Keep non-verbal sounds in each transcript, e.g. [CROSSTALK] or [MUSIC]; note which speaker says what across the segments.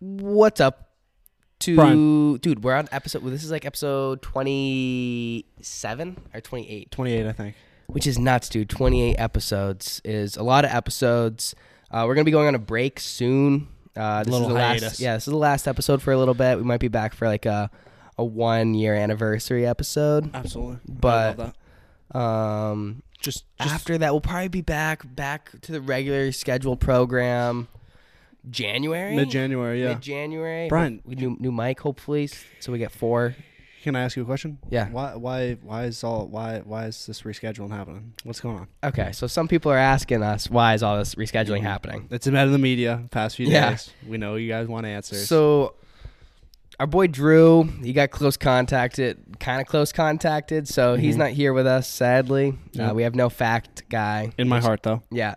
Speaker 1: What's up to
Speaker 2: Brian.
Speaker 1: dude? We're on episode. Well, this is like episode twenty-seven or twenty-eight,
Speaker 2: 28, I think.
Speaker 1: which is nuts, dude. Twenty-eight episodes is a lot of episodes. Uh, we're gonna be going on a break soon. Uh, this
Speaker 2: Little
Speaker 1: is the Last,
Speaker 2: hiatus.
Speaker 1: yeah, this is the last episode for a little bit. We might be back for like a a one-year anniversary episode.
Speaker 2: Absolutely.
Speaker 1: But- Um,
Speaker 2: just,
Speaker 1: after that, we'll probably be back back to the regular scheduled program. January,
Speaker 2: mid January, yeah.
Speaker 1: mid January.
Speaker 2: Brian,
Speaker 1: we new new mic hopefully, so we get four.
Speaker 2: can I ask you a question?
Speaker 1: Yeah.
Speaker 2: Why why why is all why why is this rescheduling happening? What's going on?
Speaker 1: Okay, so some people are asking us why is all this rescheduling happening.
Speaker 2: It's a matter of the media past few
Speaker 1: Yeah.
Speaker 2: days. We know you guys want answers.
Speaker 1: So our boy Drew, he got close contacted, kind of close contacted, so
Speaker 2: Mm-hmm.
Speaker 1: he's not here with us sadly.
Speaker 2: Yeah.
Speaker 1: Uh, we have no fact guy.
Speaker 2: in my heart though.
Speaker 1: Yeah,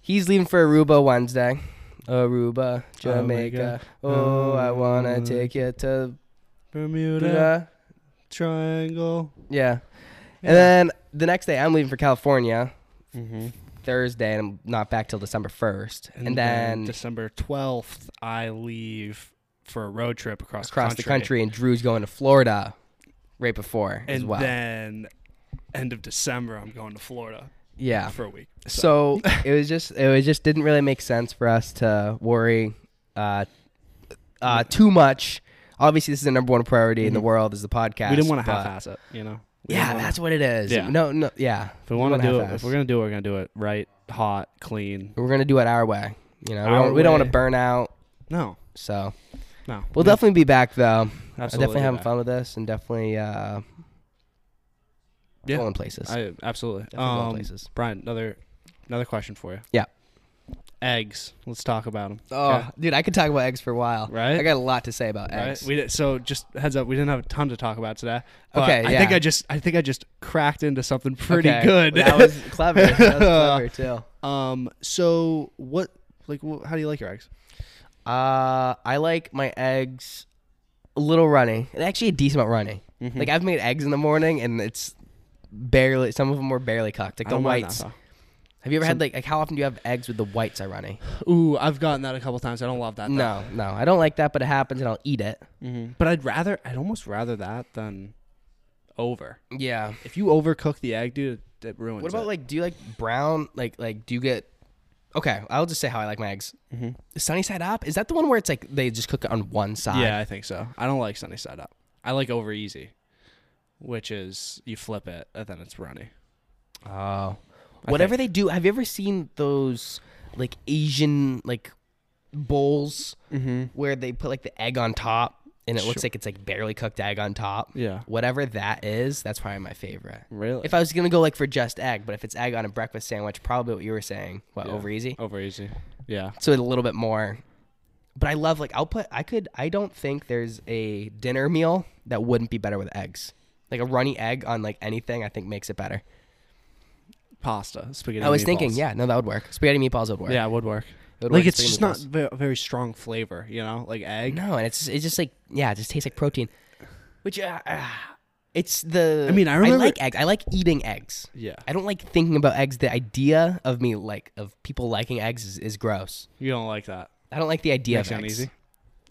Speaker 1: he's leaving for Aruba Wednesday. Aruba, Jamaica. Oh, I wanna
Speaker 2: Aruba.
Speaker 1: take you to
Speaker 2: Bermuda
Speaker 1: Bermuda.
Speaker 2: Triangle.
Speaker 1: Yeah. And then the next day, I'm leaving for California
Speaker 2: Mm-hmm.
Speaker 1: Thursday, and I'm not back till December 1st. And, then
Speaker 2: December twelfth, I leave for a road trip across
Speaker 1: across the country, and Drew's going to Florida right before as
Speaker 3: and
Speaker 1: well.
Speaker 3: then end of December, I'm going to Florida
Speaker 1: yeah.
Speaker 3: for a week.
Speaker 2: [LAUGHS]
Speaker 1: So it was just it was just didn't really make sense for us to worry uh, uh, too much. Obviously, this is the number one priority in the world is the podcast.
Speaker 2: Mm-hmm. We didn't want to
Speaker 1: but-
Speaker 2: half-ass it, you know. We
Speaker 1: Yeah,
Speaker 2: didn't wanna-
Speaker 1: that's what it is.
Speaker 2: Yeah.
Speaker 1: No, no, yeah.
Speaker 2: if we want to do it.
Speaker 1: half-ass.
Speaker 2: If we're gonna do it, we're gonna do it right, hot, clean.
Speaker 1: We're gonna do it our way. You know, we
Speaker 2: Our
Speaker 1: don't, we don't want
Speaker 2: way.
Speaker 1: to burn out.
Speaker 2: No,
Speaker 1: So
Speaker 2: no.
Speaker 1: We'll definitely be back though.
Speaker 2: Absolutely
Speaker 1: I'm definitely
Speaker 2: be
Speaker 1: having
Speaker 2: back.
Speaker 1: fun with this and definitely uh,
Speaker 2: Yeah.
Speaker 1: going places.
Speaker 2: I absolutely.
Speaker 1: going
Speaker 2: Um,
Speaker 1: places.
Speaker 2: Brian, another another question for you.
Speaker 1: Yeah.
Speaker 2: Eggs. Let's talk about them.
Speaker 1: oh, dude, I could talk about eggs for a while.
Speaker 2: Right?
Speaker 1: I got a lot to say about
Speaker 2: Right.
Speaker 1: eggs.
Speaker 2: We did, so just heads up, we didn't have a ton to talk about today. but
Speaker 1: Okay,
Speaker 2: I think
Speaker 1: yeah.
Speaker 2: I just I think I just cracked into something pretty
Speaker 1: Okay.
Speaker 2: good.
Speaker 1: That was clever. That was clever too.
Speaker 2: [LAUGHS] um. So what? Like, wh- how do you like your eggs?
Speaker 1: Uh, I like my eggs a little runny, and actually a decent amount runny.
Speaker 2: Mm-hmm.
Speaker 1: Like I've made eggs in the morning, and it's barely. Some of them were barely cooked, like the
Speaker 2: don't mind that,
Speaker 1: whites.
Speaker 2: though.
Speaker 1: Have you ever had like like how often do you have eggs with the whites are
Speaker 2: [LAUGHS]
Speaker 1: runny?
Speaker 2: Ooh, I've gotten that a couple times. I don't love that.
Speaker 1: No, no, I don't like that, but it happens, and I'll eat it.
Speaker 2: hmm But I'd rather I'd almost rather that than over.
Speaker 1: Yeah.
Speaker 2: If you overcook the egg, dude, it ruins.
Speaker 1: What about
Speaker 2: it.
Speaker 1: like? Do you like brown? Like like do you get? Okay, I'll just say how I like my eggs. Mm-hmm. Sunny side up. Is that the one where it's like they just cook it on one side?
Speaker 2: Yeah, I think so. I don't like sunny side up. I like over easy, which is you flip it and then it's runny.
Speaker 1: Oh. Whatever they do. Have you ever seen those like Asian like bowls
Speaker 2: Mm-hmm.
Speaker 1: where they put like the egg on top and it looks like it's like barely cooked egg on top?
Speaker 2: Yeah.
Speaker 1: Whatever that is, that's probably my favorite.
Speaker 2: Really?
Speaker 1: If I was gonna go like for just egg, but if it's egg on a breakfast sandwich, probably what you were saying. What
Speaker 2: Yeah.
Speaker 1: over easy?
Speaker 2: over easy. Yeah.
Speaker 1: so a little bit more. But I love like I'll put I could I don't think there's a dinner meal that wouldn't be better with eggs. Like a runny egg on like anything, I think makes it better.
Speaker 2: Pasta, spaghetti.
Speaker 1: I was
Speaker 2: meatballs.
Speaker 1: thinking, yeah, no, that would work. Spaghetti meatballs would work.
Speaker 2: Yeah, it would work.
Speaker 1: It would
Speaker 2: like
Speaker 1: work,
Speaker 2: it's
Speaker 1: spaghetti
Speaker 2: just not ve- very strong flavor, you know, like egg.
Speaker 1: No, and it's it's just like yeah, it just tastes like protein. Which uh, uh,
Speaker 2: ah.
Speaker 1: it's the
Speaker 2: I mean, I remember-
Speaker 1: like eggs. I like eating eggs.
Speaker 2: Yeah.
Speaker 1: I don't like thinking about eggs. The idea of me like of people liking eggs is, is gross.
Speaker 2: You don't like that. [LAUGHS]
Speaker 1: I don't like the idea
Speaker 2: Makes you
Speaker 1: of eggs.
Speaker 2: uneasy.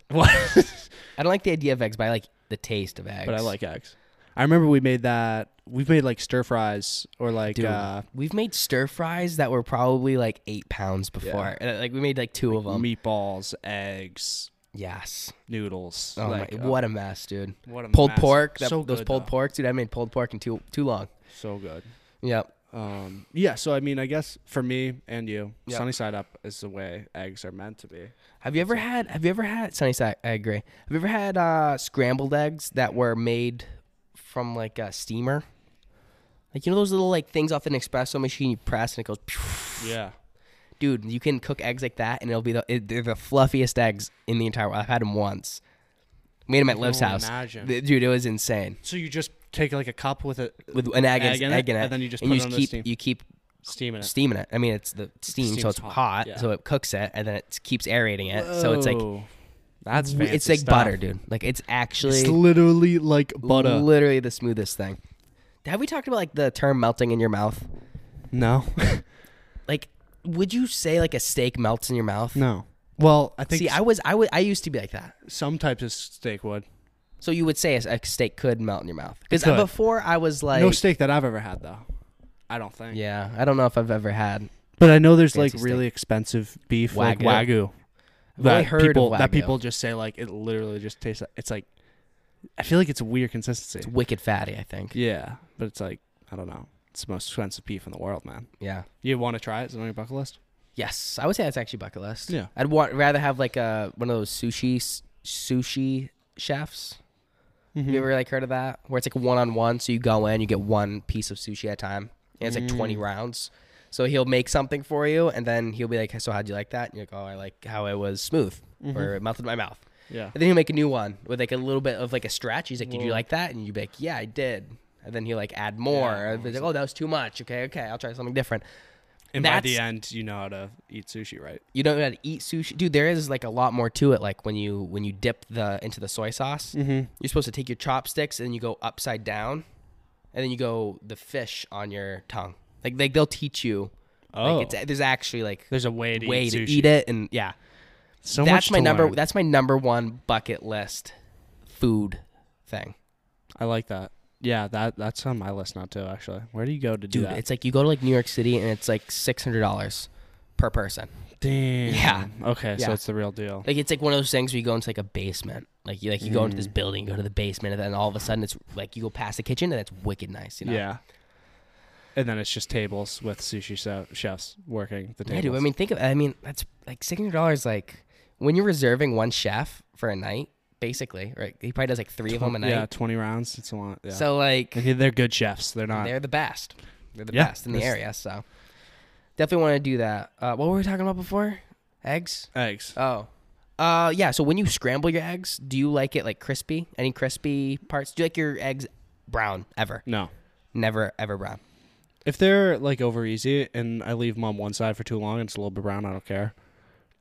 Speaker 2: What?
Speaker 1: I don't like the idea of eggs, but I like the taste of eggs.
Speaker 2: but I like eggs. I remember we made that. We've made like stir fries or like
Speaker 1: Dude,
Speaker 2: uh,
Speaker 1: we've made stir fries that were probably like eight pounds before. And, uh, Like we made like two of them.
Speaker 2: meatballs, eggs,
Speaker 1: yes.
Speaker 2: noodles.
Speaker 1: Oh
Speaker 2: like,
Speaker 1: my,
Speaker 2: uh,
Speaker 1: what a mess, dude.
Speaker 2: what a
Speaker 1: pulled
Speaker 2: mess.
Speaker 1: pork. That,
Speaker 2: So
Speaker 1: those
Speaker 2: good,
Speaker 1: pulled
Speaker 2: though.
Speaker 1: pork, dude. I made pulled pork in too too long.
Speaker 2: So good.
Speaker 1: Yep.
Speaker 2: Um, yeah, so I mean, I guess for me and you,
Speaker 1: Yeah.
Speaker 2: sunny side up is the way eggs are meant to be.
Speaker 1: Have you ever had? Have you ever had? Sunny side. I agree. Have you ever had uh, scrambled eggs that were made from like a steamer? Like you know those little like things off an espresso machine you press and it goes.
Speaker 2: Yeah.
Speaker 1: Dude, you can cook eggs like that and it'll be the it, they're the fluffiest eggs in the entire world. I've had them once. Made them at Liv's
Speaker 2: only
Speaker 1: house.
Speaker 2: imagine.
Speaker 1: Th- Dude, it was insane.
Speaker 2: So you just take like a cup with it,
Speaker 1: With an egg, and
Speaker 2: Egg in
Speaker 1: egg
Speaker 2: it,
Speaker 1: in it,
Speaker 2: and then you just
Speaker 1: and
Speaker 2: put
Speaker 1: you just
Speaker 2: it on the
Speaker 1: keep
Speaker 2: steam.
Speaker 1: you keep
Speaker 2: steaming it.
Speaker 1: steaming it. I mean, it's the steam, so
Speaker 2: steam's
Speaker 1: it's hot,
Speaker 2: hot, yeah.
Speaker 1: so it cooks it, and then it keeps aerating it. So it's like
Speaker 2: Whoa. that's
Speaker 1: w-
Speaker 2: fancy
Speaker 1: it's like
Speaker 2: stuff.
Speaker 1: butter, dude. Like it's actually
Speaker 2: It's literally like butter.
Speaker 1: literally the smoothest thing. Have we talked about like the term melting in your mouth?
Speaker 2: no, [LAUGHS]
Speaker 1: Like, would you say like a steak melts in your mouth?
Speaker 2: no. Well, I think
Speaker 1: See, I was I was I used to be like that.
Speaker 2: some types of steak would.
Speaker 1: So you would say a, a steak could melt in your mouth because
Speaker 2: could.
Speaker 1: before I was like,
Speaker 2: no steak that I've ever had though. I don't think.
Speaker 1: yeah, I don't know if I've ever had.
Speaker 2: But I know there's like
Speaker 1: Fancy steak.
Speaker 2: really expensive beef like
Speaker 1: Wagyu.
Speaker 2: wagyu.
Speaker 1: I've only heard of
Speaker 2: people that
Speaker 1: Wagyu.
Speaker 2: people just say like it literally just tastes like it's like I feel like it's a weird consistency.
Speaker 1: It's wicked fatty, I think.
Speaker 2: yeah, but it's like I don't know. It's the most expensive beef in the world, man.
Speaker 1: Yeah.
Speaker 2: You want to try it? Is it on your bucket list?
Speaker 1: Yes, I would say that's actually bucket list.
Speaker 2: Yeah.
Speaker 1: I'd want rather have like a one of those sushi s- sushi chefs. Have
Speaker 2: Mm-hmm.
Speaker 1: you ever like heard of that? Where it's like one on one, so you go in, you get one piece of sushi at a time, and it's like twenty
Speaker 2: Mm.
Speaker 1: rounds. So he'll make something for you, and then he'll be like, "So how'd you like that?" And you're like, "Oh, I like how it was smooth, or
Speaker 2: Mm-hmm.
Speaker 1: it melted in my mouth."
Speaker 2: Yeah.
Speaker 1: And then he'll make a new one with like a little bit of like a stretch. He's like, "Did you
Speaker 2: Whoa.
Speaker 1: like that?" And you'd be like, "Yeah, I did." And then he'll like add more.
Speaker 2: Yeah.
Speaker 1: And he's like, "Oh, that was too much. Okay, okay, I'll try something different."
Speaker 2: And by the
Speaker 1: That's-
Speaker 2: end, you know how to eat sushi, right?
Speaker 1: you don't know how to eat sushi dude there is like a lot more to it like when you when you dip the into the soy sauce
Speaker 2: Mm-hmm.
Speaker 1: you're supposed to take your chopsticks and you go upside down and then you go the fish on your tongue like they, they'll teach you
Speaker 2: Oh.
Speaker 1: like it's, there's actually like
Speaker 2: There's a way to
Speaker 1: way
Speaker 2: eat
Speaker 1: to
Speaker 2: sushi.
Speaker 1: eat it and yeah
Speaker 2: So
Speaker 1: that's
Speaker 2: much
Speaker 1: my
Speaker 2: to
Speaker 1: number
Speaker 2: learn.
Speaker 1: that's my number one bucket list food thing
Speaker 2: I like that. Yeah, that that's on my list now too. Actually, where do you go to do
Speaker 1: dude
Speaker 2: that?
Speaker 1: it's like you go to like new york city and it's like $600 per person
Speaker 2: Damn.
Speaker 1: Yeah.
Speaker 2: Okay,
Speaker 1: Yeah.
Speaker 2: so it's the real deal.
Speaker 1: Like it's like one of those things where you go into like a basement. Like you like you go into
Speaker 2: Mm.
Speaker 1: this building, go to the basement, and then all of a sudden it's like you go past the kitchen and it's wicked nice. You know?
Speaker 2: Yeah. And then it's just tables with sushi so- chefs working the
Speaker 1: Yeah,
Speaker 2: tables.
Speaker 1: dude. I mean, think of. I mean, that's like six hundred dollars. Like when you're reserving one chef for a night, basically, right? He probably does like three of them a night.
Speaker 2: yeah, twenty rounds. It's a lot. Yeah.
Speaker 1: So like,
Speaker 2: Okay, they're good chefs. They're not.
Speaker 1: they're the best. They're the
Speaker 2: Yeah,
Speaker 1: best in the
Speaker 2: that's-
Speaker 1: area. So definitely want to do that. Uh, what were we talking about before? Eggs.
Speaker 2: eggs.
Speaker 1: Oh. Uh yeah, so when you scramble your eggs, do you like it like crispy? Any crispy parts? Do you like your eggs brown ever?
Speaker 2: No.
Speaker 1: Never ever brown.
Speaker 2: If they're like over easy and I leave them on one side for too long, it's a little bit brown. I don't care.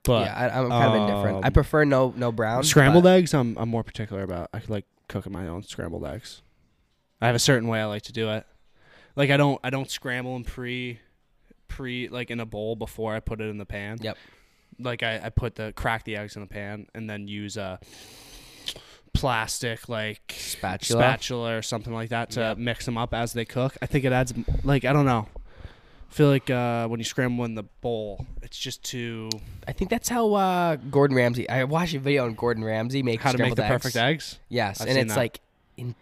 Speaker 2: But
Speaker 1: yeah, I, I'm kind of indifferent. I
Speaker 2: um,
Speaker 1: prefer no no brown.
Speaker 2: scrambled
Speaker 1: but-
Speaker 2: eggs, I'm I'm more particular about. I could like cooking my own scrambled eggs. I have a certain way I like to do it. Like I don't I don't scramble them pre pre like in a bowl before I put it in the pan.
Speaker 1: Yep.
Speaker 2: like I, I put the crack the eggs in the pan and then use a plastic like
Speaker 1: Spatula?
Speaker 2: spatula or something like that to
Speaker 1: Yep.
Speaker 2: mix them up as they cook. I think it adds like I don't know. I feel like uh, when you scramble in the bowl, it's just too
Speaker 1: I think that's how uh Gordon Ramsay. I watched a video on Gordon Ramsay make
Speaker 2: how to make
Speaker 1: scrambled
Speaker 2: the
Speaker 1: eggs.
Speaker 2: perfect eggs.
Speaker 1: Yes,
Speaker 2: I've
Speaker 1: and
Speaker 2: seen
Speaker 1: it's
Speaker 2: that.
Speaker 1: like in,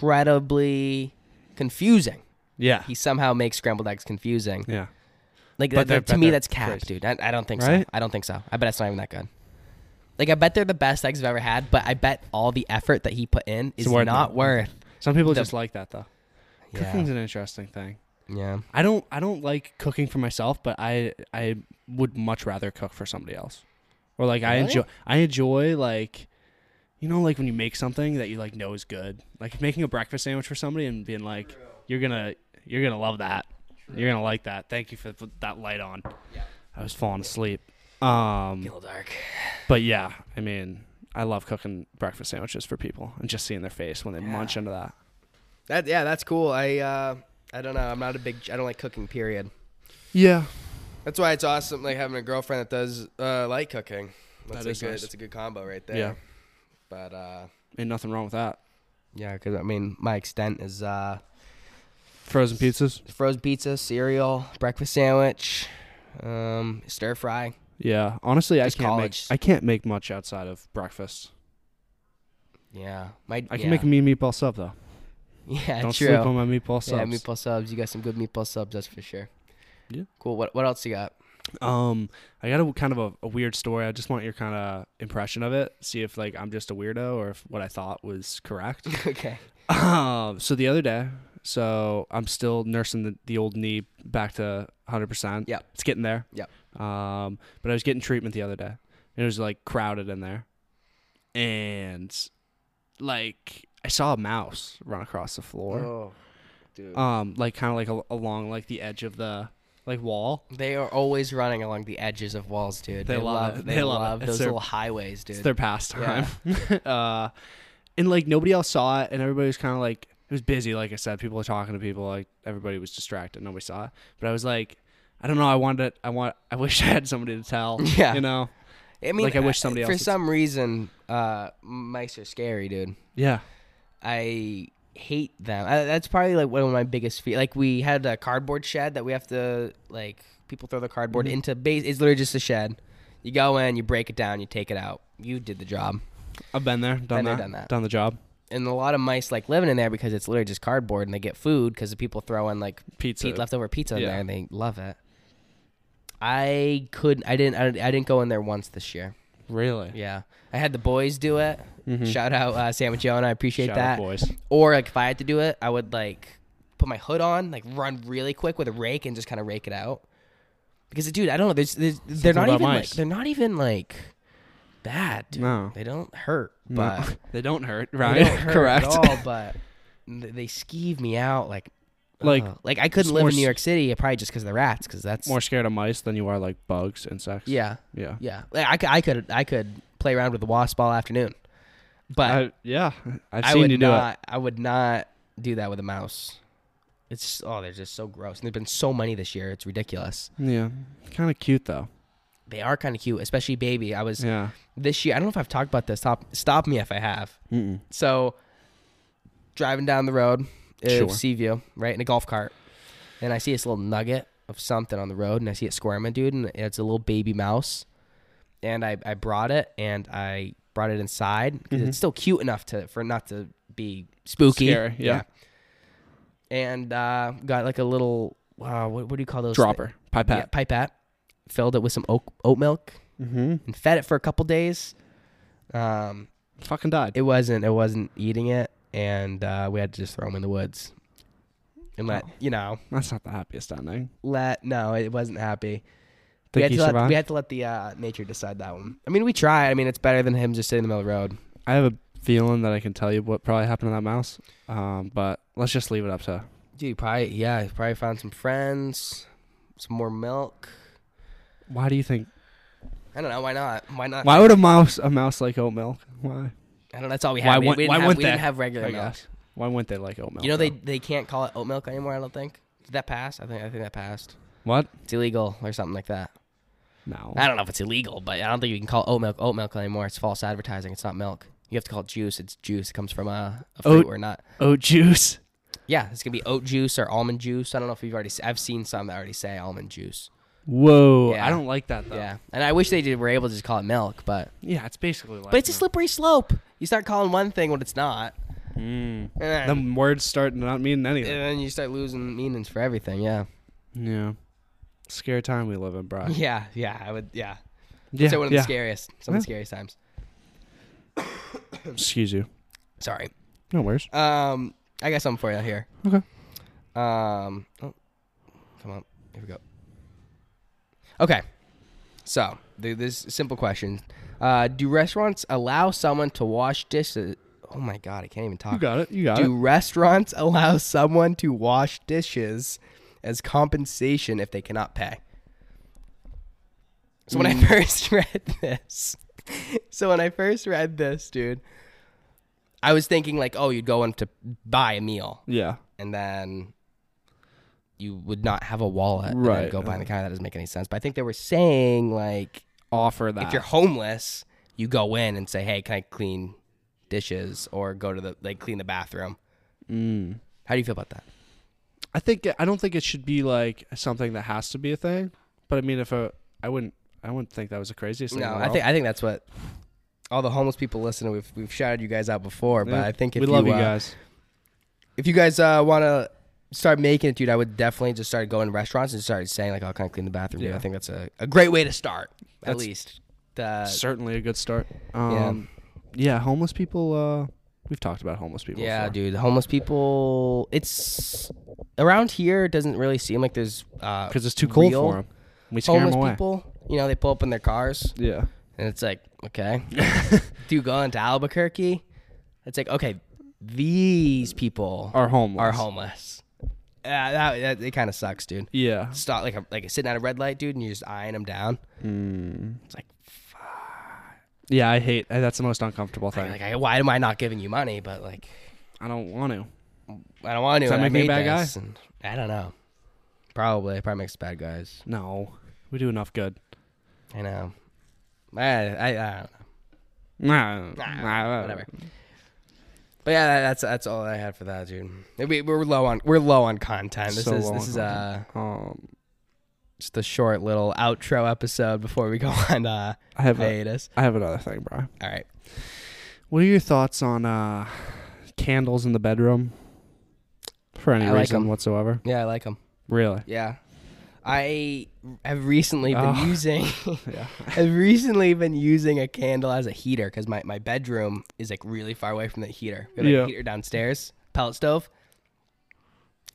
Speaker 1: incredibly confusing.
Speaker 2: Yeah,
Speaker 1: He somehow makes scrambled eggs confusing.
Speaker 2: yeah.
Speaker 1: Like
Speaker 2: But
Speaker 1: that,
Speaker 2: they're-
Speaker 1: that- to
Speaker 2: but
Speaker 1: me,
Speaker 2: they're
Speaker 1: that's cap,
Speaker 2: crazy.
Speaker 1: dude. I, I don't think so.
Speaker 2: Right?
Speaker 1: I don't think so. I bet it's not even that good. Like I bet they're the best eggs I've ever had, but I bet all the effort that he put in is
Speaker 2: It's worth
Speaker 1: not
Speaker 2: it.
Speaker 1: worth.
Speaker 2: Some people
Speaker 1: The-
Speaker 2: just like that though.
Speaker 1: Yeah,
Speaker 2: Cooking's an interesting thing.
Speaker 1: yeah.
Speaker 2: I don't I don't like cooking for myself, but I I would much rather cook for somebody else. Or like I
Speaker 1: Really?
Speaker 2: enjoy I enjoy like you know like when you make something that you like know is good. Like making a breakfast sandwich for somebody and being like you're going to you're going to love that. You're going to like that. Thank you for th- that light on. I was falling asleep. Um
Speaker 1: Little dark.
Speaker 2: but yeah, I mean, I love cooking breakfast sandwiches for people and just seeing their face when they munch into that.
Speaker 1: That yeah, that's cool. I uh, I don't know. I'm not a big. I don't like cooking. Period.
Speaker 2: Yeah.
Speaker 1: That's why it's awesome, like having a girlfriend that does uh, light cooking. That's
Speaker 2: That
Speaker 1: a
Speaker 2: is
Speaker 1: good.
Speaker 2: nice.
Speaker 1: That's a good combo right there.
Speaker 2: Yeah.
Speaker 1: But uh,
Speaker 2: Ain't nothing wrong with that.
Speaker 1: yeah, because I mean, my extent is uh,
Speaker 2: Frozen pizzas?
Speaker 1: frozen pizza, cereal, breakfast sandwich, um, stir fry.
Speaker 2: Yeah, honestly,
Speaker 1: Just
Speaker 2: I can't
Speaker 1: college.
Speaker 2: make I can't make much outside of breakfast.
Speaker 1: Yeah, my
Speaker 2: I
Speaker 1: yeah.
Speaker 2: can make a mean meatball sub though.
Speaker 1: [LAUGHS] Yeah,
Speaker 2: Don't
Speaker 1: true.
Speaker 2: sleep on my meatball subs.
Speaker 1: yeah, meatball subs. You got some good meatball subs, that's for sure.
Speaker 2: Yeah.
Speaker 1: Cool. What what else you got? [LAUGHS]
Speaker 2: Um, I got a kind of a, a weird story. I just want your kind of impression of it. See if like I'm just a weirdo or if what I thought was correct.
Speaker 1: okay.
Speaker 2: um, so the other day, so I'm still nursing the, the old knee back to 100. percent
Speaker 1: Yep.
Speaker 2: it's getting there.
Speaker 1: Yep.
Speaker 2: Um, but I was getting treatment the other day. And it was like crowded in there, and like I saw a mouse run across the floor.
Speaker 1: Oh, dude.
Speaker 2: um like kind of like a, along like the edge of the like wall
Speaker 1: they are always running along the edges of walls, dude.
Speaker 2: They love it.
Speaker 1: They,
Speaker 2: They love
Speaker 1: love,
Speaker 2: it. It's
Speaker 1: those
Speaker 2: their-
Speaker 1: little highways, dude.
Speaker 2: it's their pastime [LAUGHS] uh and like nobody else saw it and everybody was kind of like it was busy like i said people were talking to people like everybody was distracted nobody saw [LAUGHS] it but i was like i don't know i wanted i want i wish i had somebody to tell
Speaker 1: [LAUGHS] Yeah.
Speaker 2: you know
Speaker 1: I mean, uh,
Speaker 2: Like, I wish somebody
Speaker 1: for
Speaker 2: else had-
Speaker 1: some reason, uh, mice are scary, dude.
Speaker 2: Yeah.
Speaker 1: I hate them. I, that's probably like one of my biggest fear. Like we had a cardboard shed that we have to like people throw the
Speaker 2: Mm-hmm.
Speaker 1: cardboard into. Base it's literally just a shed. You go in, you break it down, you take it out. You did the job.
Speaker 2: I've been there, done,
Speaker 1: Been there,
Speaker 2: that,
Speaker 1: done that.
Speaker 2: the job.
Speaker 1: And a lot of mice like living in there because it's literally just cardboard, and they get food because the people throw in like
Speaker 2: Pizza.
Speaker 1: pe- leftover pizza in
Speaker 2: Yeah.
Speaker 1: there, and they love it. I could I didn't I, I didn't go in there once this year.
Speaker 2: Really?
Speaker 1: Yeah, I had the boys do it. Shout out uh, Sam and Joan. I appreciate
Speaker 2: Mm-hmm. Shout out,
Speaker 1: that.
Speaker 2: boys.
Speaker 1: Or like if I had to do it, I would like put my hood on, like run really quick with a rake and just kind of rake it out. Because dude, I don't know. There's, there's, they're
Speaker 2: Something
Speaker 1: not
Speaker 2: about
Speaker 1: even
Speaker 2: mice.
Speaker 1: like they're not even like bad. Dude.
Speaker 2: No.
Speaker 1: They don't hurt,
Speaker 2: No. [LAUGHS]
Speaker 1: but
Speaker 2: they don't hurt,
Speaker 1: they
Speaker 2: right? [LAUGHS]
Speaker 1: don't hurt
Speaker 2: Correct.
Speaker 1: at all. But th- they skeeve me out like.
Speaker 2: [LAUGHS] Like,
Speaker 1: ugh. like I couldn't
Speaker 2: it's
Speaker 1: live
Speaker 2: more
Speaker 1: in New
Speaker 2: s-
Speaker 1: York City uh, probably just because the rats because that's
Speaker 2: More scared of mice than you are like bugs, insects.
Speaker 1: yeah
Speaker 2: Yeah.
Speaker 1: yeah like I, c- I could I could play around with the wasp all afternoon, but
Speaker 2: I, yeah. I've
Speaker 1: I
Speaker 2: seen
Speaker 1: would
Speaker 2: you do
Speaker 1: not. I would not do that with a mouse. It's just- oh, they're just so gross, and there've been so many this year. It's ridiculous.
Speaker 2: it. Yeah. Kind of cute though.
Speaker 1: They are kind of cute, especially baby. I was
Speaker 2: Yeah.
Speaker 1: this year. I don't know if I've talked about this. Stop, stop me if I have.
Speaker 2: Mm-mm.
Speaker 1: So, driving down the road, of
Speaker 2: Sure.
Speaker 1: Seaview, right in a golf cart, and I see this little nugget of something on the road, and I see it squirming, dude, and it's a little baby mouse, and I, I brought it, and I brought it inside because
Speaker 2: Mm-hmm.
Speaker 1: it's still cute enough to for not to be spooky,
Speaker 2: Scary, yeah.
Speaker 1: and uh, got like a little uh, what, what do you call those?
Speaker 2: Dropper.
Speaker 1: Yeah,
Speaker 2: Pipette.
Speaker 1: pipette. Filled it with some oat, oat milk
Speaker 2: Mm-hmm.
Speaker 1: and fed it for a couple days. Um,
Speaker 2: Fucking died.
Speaker 1: it wasn't. It wasn't eating it, and uh, we had to just throw him in the woods, and let
Speaker 2: Oh.
Speaker 1: you know.
Speaker 2: That's not the happiest ending.
Speaker 1: Let no, it wasn't happy. we
Speaker 2: Think
Speaker 1: had
Speaker 2: he
Speaker 1: to let,
Speaker 2: survived?
Speaker 1: we had to let the uh, nature decide that one. I mean, we tried. I mean, it's better than him just sitting in the middle of the road.
Speaker 2: I have a feeling that I can tell you what probably happened to that mouse. Um, but let's just leave it up to
Speaker 1: Dude, he probably yeah, he probably found some friends, some more milk.
Speaker 2: why do you think
Speaker 1: I don't know why not. Why not?
Speaker 2: why would a mouse a mouse like oat milk? Why?
Speaker 1: I don't. know. That's all we
Speaker 2: why
Speaker 1: had. We-
Speaker 2: wouldn't-
Speaker 1: we didn't
Speaker 2: why
Speaker 1: have,
Speaker 2: wouldn't
Speaker 1: we didn't
Speaker 2: they?
Speaker 1: have regular
Speaker 2: I
Speaker 1: milk.
Speaker 2: guess. Why wouldn't they like oat milk?
Speaker 1: You know
Speaker 2: though?
Speaker 1: they they can't call it oat milk anymore. I don't think. Did that pass? I think I think that passed.
Speaker 2: what?
Speaker 1: It's illegal or something like that.
Speaker 2: No.
Speaker 1: I don't know if it's illegal, but I don't think you can call oat milk oat milk anymore. It's false advertising. It's not milk. You have to call it juice. It's juice. It comes from a, a fruit
Speaker 2: Oat-
Speaker 1: or not.
Speaker 2: Oat Oh, juice.
Speaker 1: Yeah, it's gonna be oat juice or almond juice. I don't know if you've already. s- I've seen some that already say almond juice.
Speaker 2: Whoa.
Speaker 1: Yeah.
Speaker 2: I don't like that though. Yeah,
Speaker 1: Yeah, and I wish they did, were able to just call it milk, but
Speaker 2: it's basically like
Speaker 1: but it's a
Speaker 2: milk.
Speaker 1: slippery slope. You start calling one thing when it's not,
Speaker 2: Mm.
Speaker 1: and then,
Speaker 2: Them words start not
Speaker 1: and
Speaker 2: meaning anything.
Speaker 1: then you start losing meanings for everything. Yeah, [LAUGHS]
Speaker 2: Yeah. Scary time we live in, bro.
Speaker 1: yeah, yeah. I would. Yeah,
Speaker 2: Yeah.
Speaker 1: so one of
Speaker 2: yeah.
Speaker 1: the scariest, some of
Speaker 2: Yeah.
Speaker 1: the scariest times.
Speaker 2: Excuse you.
Speaker 1: Sorry.
Speaker 2: No worries.
Speaker 1: Um, I got something for you here.
Speaker 2: Okay.
Speaker 1: Um, oh, come on, here we go. Okay, so th- this is a simple question: uh, Do restaurants allow someone to wash dishes? Oh my god, I can't even
Speaker 2: You
Speaker 1: talk.
Speaker 2: got it. You got
Speaker 1: Do restaurants [LAUGHS] allow someone to wash dishes as compensation if they cannot pay? So when I
Speaker 2: Hmm.
Speaker 1: first [LAUGHS] read this, so when I first read this, dude, I was thinking like, oh, you'd go in to buy a meal
Speaker 2: it. Yeah.
Speaker 1: and then you would not have a wallet and then
Speaker 2: Right,
Speaker 1: go buy
Speaker 2: uh.
Speaker 1: the car. That doesn't make any sense. But I think they were saying like,
Speaker 2: Offer that.
Speaker 1: if you're homeless, you go in and say, "Hey, can I clean dishes or go to the like clean the bathroom?"
Speaker 2: Mm.
Speaker 1: How do you feel about that?
Speaker 2: I think I don't think it should be like something that has to be a thing. But I mean, if a I wouldn't I wouldn't think that was the craziest thing. in
Speaker 1: no,
Speaker 2: the
Speaker 1: I
Speaker 2: world.
Speaker 1: think I think that's what all the homeless people listening. We've we've shouted you guys out before, but
Speaker 2: Yeah.
Speaker 1: I think if
Speaker 2: we love you
Speaker 1: uh,
Speaker 2: guys.
Speaker 1: if you guys uh, want to start making it, dude, I would definitely just start going to restaurants and start saying like, "I'll kind of clean the bathroom." dude."
Speaker 2: Yeah.
Speaker 1: I think that's a, a great way to start, at
Speaker 2: That's-
Speaker 1: least. The,
Speaker 2: Certainly a good start. Um, yeah. homeless people. Uh, we've talked about homeless people.
Speaker 1: yeah,
Speaker 2: before.
Speaker 1: dude, the homeless people. It's around here. It doesn't really seem like there's uh,
Speaker 2: because it's too cold
Speaker 1: real
Speaker 2: for them. We scare
Speaker 1: homeless
Speaker 2: them away.
Speaker 1: people. You know, they pull up in their cars,
Speaker 2: Yeah,
Speaker 1: [LAUGHS]
Speaker 2: [LAUGHS]
Speaker 1: and it's like, okay, do you go into Albuquerque? It's like, okay, these people
Speaker 2: are homeless.
Speaker 1: are homeless. Uh, that, that it kind of sucks, dude.
Speaker 2: Yeah,
Speaker 1: Stop like a, like sitting at a red light, dude, and you're just eyeing them down. It's like,
Speaker 2: yeah. I hate. uh, That's the most uncomfortable thing.
Speaker 1: you're like, I- why am I not giving you money? But like,
Speaker 2: I don't want to.
Speaker 1: I don't want to.
Speaker 2: Does that
Speaker 1: and I
Speaker 2: make me a
Speaker 1: made
Speaker 2: bad
Speaker 1: this, and I don't know. Probably, it probably makes us bad guys.
Speaker 2: No, we do enough good.
Speaker 1: I know. I, I, I don't know.
Speaker 2: Nah, Oh.
Speaker 1: Ah, whatever. But yeah, that, that's that's all I had for that, dude. We, we're low on we're low on content. This
Speaker 2: So
Speaker 1: is
Speaker 2: low
Speaker 1: this
Speaker 2: on
Speaker 1: is uh
Speaker 2: content. Um,
Speaker 1: just a short little outro episode before we go [LAUGHS] on uh,
Speaker 2: I have a,
Speaker 1: hiatus.
Speaker 2: I have another thing, bro.
Speaker 1: All right,
Speaker 2: What are your thoughts on uh, candles in the bedroom? For any
Speaker 1: I like
Speaker 2: reason
Speaker 1: 'em.
Speaker 2: whatsoever,
Speaker 1: yeah, I like them.
Speaker 2: really?
Speaker 1: Yeah, I have recently been
Speaker 2: Oh.
Speaker 1: using
Speaker 2: [LAUGHS]
Speaker 1: [LAUGHS]
Speaker 2: Yeah.
Speaker 1: I've recently been using a candle as a heater because my my bedroom is like really far away from the heater. We have like,
Speaker 2: Yeah.
Speaker 1: a heater downstairs, pellet stove.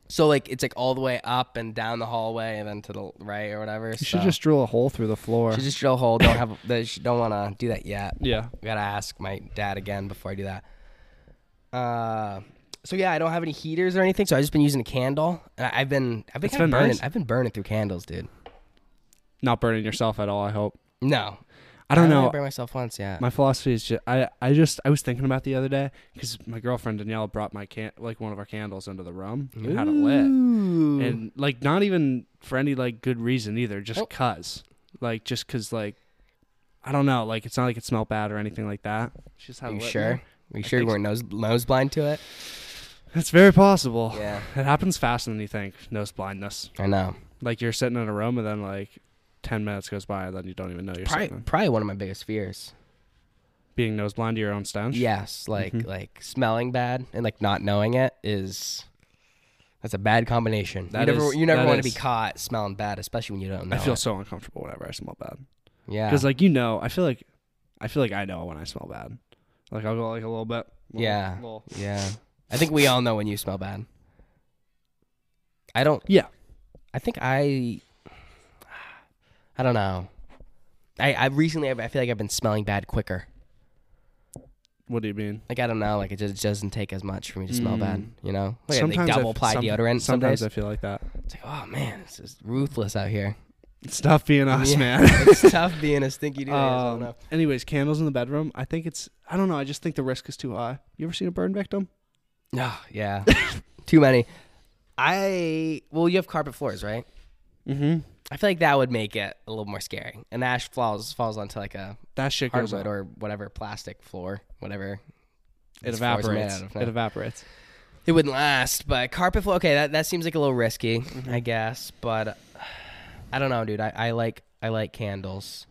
Speaker 1: So like it's like all the way up and down the hallway and then to the right or whatever.
Speaker 2: You should just drill a hole through the floor.
Speaker 1: Should just drill a hole. Don't have. [LAUGHS] they sh- Don't want to do that yet.
Speaker 2: yeah.
Speaker 1: Gotta ask my dad again before I do that. Uh, so yeah, I don't have any heaters or anything. So I've just been using a candle. And I- I've been I've been,
Speaker 2: It's
Speaker 1: kinda
Speaker 2: been
Speaker 1: burning.
Speaker 2: nice.
Speaker 1: I've been burning through candles, dude.
Speaker 2: Not burning yourself at all. I hope.
Speaker 1: No,
Speaker 2: I don't know.
Speaker 1: burn myself once. Yeah.
Speaker 2: My philosophy is just I I just I was thinking about the other day because my girlfriend Danielle brought my can like one of our candles into the room and had it lit
Speaker 1: Ooh.
Speaker 2: and like not even for any like good reason either
Speaker 1: Oh.
Speaker 2: just cuz like just cuz like I don't know like it's not like it smelled bad or anything like that. She just
Speaker 1: Are
Speaker 2: had it
Speaker 1: you
Speaker 2: lit in
Speaker 1: sure?
Speaker 2: there.
Speaker 1: Are you sure you
Speaker 2: think so.
Speaker 1: weren't nose nose blind
Speaker 2: [SIGHS]
Speaker 1: to it?
Speaker 2: It's very possible.
Speaker 1: Yeah,
Speaker 2: It happens faster than you think. Nose blindness.
Speaker 1: I know.
Speaker 2: Like you're sitting in a room and then like ten minutes goes by and then you don't even know you're
Speaker 1: Probably,
Speaker 2: sitting.
Speaker 1: probably one of my biggest fears.
Speaker 2: Being nose blind to your own stench.
Speaker 1: Yes, like
Speaker 2: Mhm.
Speaker 1: like smelling bad and like not knowing it is that's a bad combination.
Speaker 2: That
Speaker 1: you never
Speaker 2: is-
Speaker 1: you never
Speaker 2: that
Speaker 1: want to
Speaker 2: is.
Speaker 1: be caught smelling bad, especially when you don't know.
Speaker 2: I feel
Speaker 1: it.
Speaker 2: so uncomfortable whenever I smell bad.
Speaker 1: yeah,
Speaker 2: Because like you know, I feel like I feel like I know when I smell bad. Like I'll go like a little bit. little-
Speaker 1: Yeah.
Speaker 2: little-
Speaker 1: yeah. I think we all know when you smell bad. I don't.
Speaker 2: Yeah.
Speaker 1: I think I. I don't know. I I recently I feel like I've been smelling bad quicker.
Speaker 2: What do you mean?
Speaker 1: Like I don't know, like it just doesn't take as much for me to smell bad,
Speaker 2: Mm.
Speaker 1: you know. Like, sometimes
Speaker 2: I-
Speaker 1: double apply
Speaker 2: some-
Speaker 1: deodorant.
Speaker 2: Sometimes
Speaker 1: Sometimes
Speaker 2: I feel like that.
Speaker 1: it's like, oh man, this is ruthless out here.
Speaker 2: It's tough being us,
Speaker 1: Yeah. [LAUGHS]
Speaker 2: man. [LAUGHS]
Speaker 1: it's tough being a stinky dude. I don't
Speaker 2: Um,
Speaker 1: know.
Speaker 2: anyways, candles in the bedroom. I think it's. I don't know. I just think the risk is too high. You ever seen a burn victim?
Speaker 1: Ah, yeah, too many. I well, you have carpet floors, right?
Speaker 2: Mm-hmm.
Speaker 1: I feel like that would make it a little more scary. And ash falls falls onto like a
Speaker 2: That shit goes.
Speaker 1: hardwood
Speaker 2: It
Speaker 1: or whatever plastic floor, whatever. this floor is made
Speaker 2: evaporates.
Speaker 1: out of now.
Speaker 2: It evaporates.
Speaker 1: it wouldn't last. But carpet floor, okay, that, that seems like a little risky,
Speaker 2: Mm-hmm.
Speaker 1: I guess. But I don't know, dude. I, I like I like candles.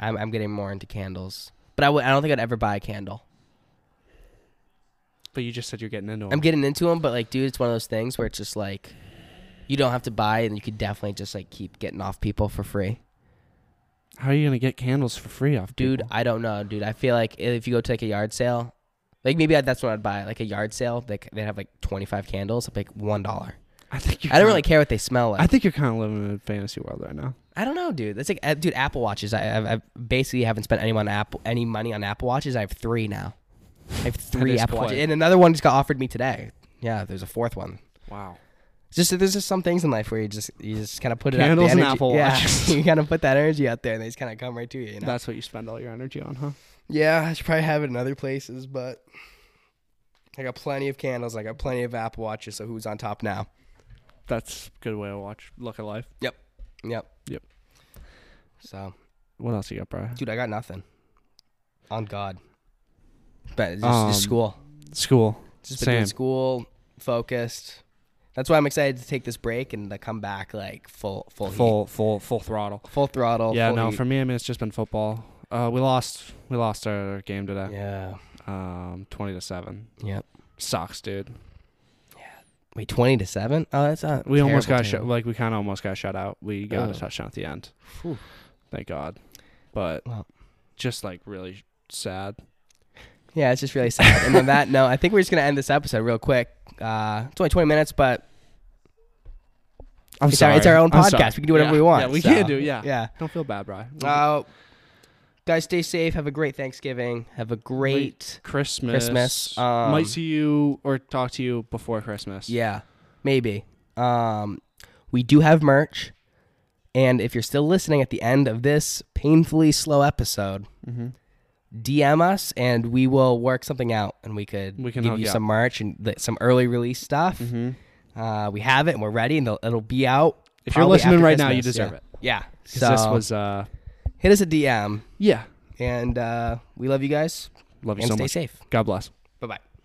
Speaker 1: I'm I'm getting more into candles, but I would I don't think I'd ever buy a candle.
Speaker 2: But you just said you're getting into it.
Speaker 1: I'm getting into them, but like, dude, it's one of those things where it's just like you don't have to buy, and you could definitely just like keep getting off people for free,
Speaker 2: How are you gonna get candles for free off,
Speaker 1: dude.
Speaker 2: people?
Speaker 1: I don't know, dude. I feel like if you go to like a yard sale. Like maybe I- that's what I'd buy, like a yard sale. Like they have like twenty five candles, like one dollar.
Speaker 2: I think you.
Speaker 1: I don't really care what they smell like.
Speaker 2: I think you're kind of living in a fantasy world right now.
Speaker 1: I don't know, dude. That's like, uh, dude, Apple Watches. I, I've, I've basically haven't spent any on Apple any money on Apple Watches. I have three now. I have three
Speaker 2: is
Speaker 1: Apple
Speaker 2: quite-
Speaker 1: Watches, and another one just got offered me today. Yeah, there's a fourth one.
Speaker 2: Wow.
Speaker 1: It's just there's just some things in life where you just you just kind of put it
Speaker 2: Candles
Speaker 1: out
Speaker 2: and
Speaker 1: the energy- [LAUGHS]
Speaker 2: Apple
Speaker 1: yeah,
Speaker 2: Watches.
Speaker 1: you kind of put that energy out there, and they just kind of come right to you. You know.
Speaker 2: That's what you spend all your energy on, huh?
Speaker 1: yeah, I should probably have it in other places, but I got plenty of candles. I got plenty of Apple Watches. So who's on top now?
Speaker 2: That's a good way to watch look at life.
Speaker 1: Yep.
Speaker 2: Yep.
Speaker 1: So,
Speaker 2: What else you got, bro?
Speaker 1: dude, I got nothing. On God. But it's just,
Speaker 2: Um,
Speaker 1: just school.
Speaker 2: School.
Speaker 1: just been doing
Speaker 2: Same.
Speaker 1: school focused that's why i'm excited to take this break and to come back like full full full
Speaker 2: Full, full, full throttle.
Speaker 1: full throttle
Speaker 2: yeah,
Speaker 1: full
Speaker 2: no,
Speaker 1: heat.
Speaker 2: for me, I mean, it's just been football. Uh, we lost, we lost our game today.
Speaker 1: yeah
Speaker 2: Um, twenty to seven.
Speaker 1: yep
Speaker 2: Sucks, dude.
Speaker 1: wait 20 to 7 oh that's not
Speaker 2: We almost
Speaker 1: terrible,
Speaker 2: got shut.
Speaker 1: terrible.
Speaker 2: Like we kind of almost got shut out. We got
Speaker 1: Oh.
Speaker 2: a touchdown at the end.
Speaker 1: Phew.
Speaker 2: Thank God. But
Speaker 1: Well.
Speaker 2: just like really sad.
Speaker 1: yeah it's just really sad and on that note i think we're just gonna end this episode real quick uh it's only 20 minutes but
Speaker 2: I'm
Speaker 1: it's, our, it's our own podcast we can do whatever we want
Speaker 2: Yeah, we
Speaker 1: so,
Speaker 2: can do. Yeah.
Speaker 1: yeah
Speaker 2: Don't feel bad, Bri.
Speaker 1: uh, guys stay safe have a great thanksgiving have a great
Speaker 2: Christmas.
Speaker 1: Christmas, um,
Speaker 2: Might see you or talk to you before Christmas.
Speaker 1: Yeah, maybe. Um, we do have merch, and if you're still listening at the end of this painfully slow episode,
Speaker 2: Mm-hmm.
Speaker 1: DM us and we will work something out, and we could
Speaker 2: We can
Speaker 1: give
Speaker 2: hook
Speaker 1: you
Speaker 2: you
Speaker 1: some merch and th- some early release stuff.
Speaker 2: Mm-hmm.
Speaker 1: Uh, we have it, and we're ready, and it'll, it'll be out.
Speaker 2: If you're
Speaker 1: probably
Speaker 2: listening
Speaker 1: after
Speaker 2: right now, you
Speaker 1: Christmas,
Speaker 2: deserve
Speaker 1: yeah.
Speaker 2: it.
Speaker 1: Yeah. So
Speaker 2: Because this was, uh,
Speaker 1: hit us a DM.
Speaker 2: yeah, And uh, we love you guys.
Speaker 1: Love you
Speaker 2: and
Speaker 1: so
Speaker 2: stay
Speaker 1: much.
Speaker 2: safe.
Speaker 1: God bless.
Speaker 2: Bye bye.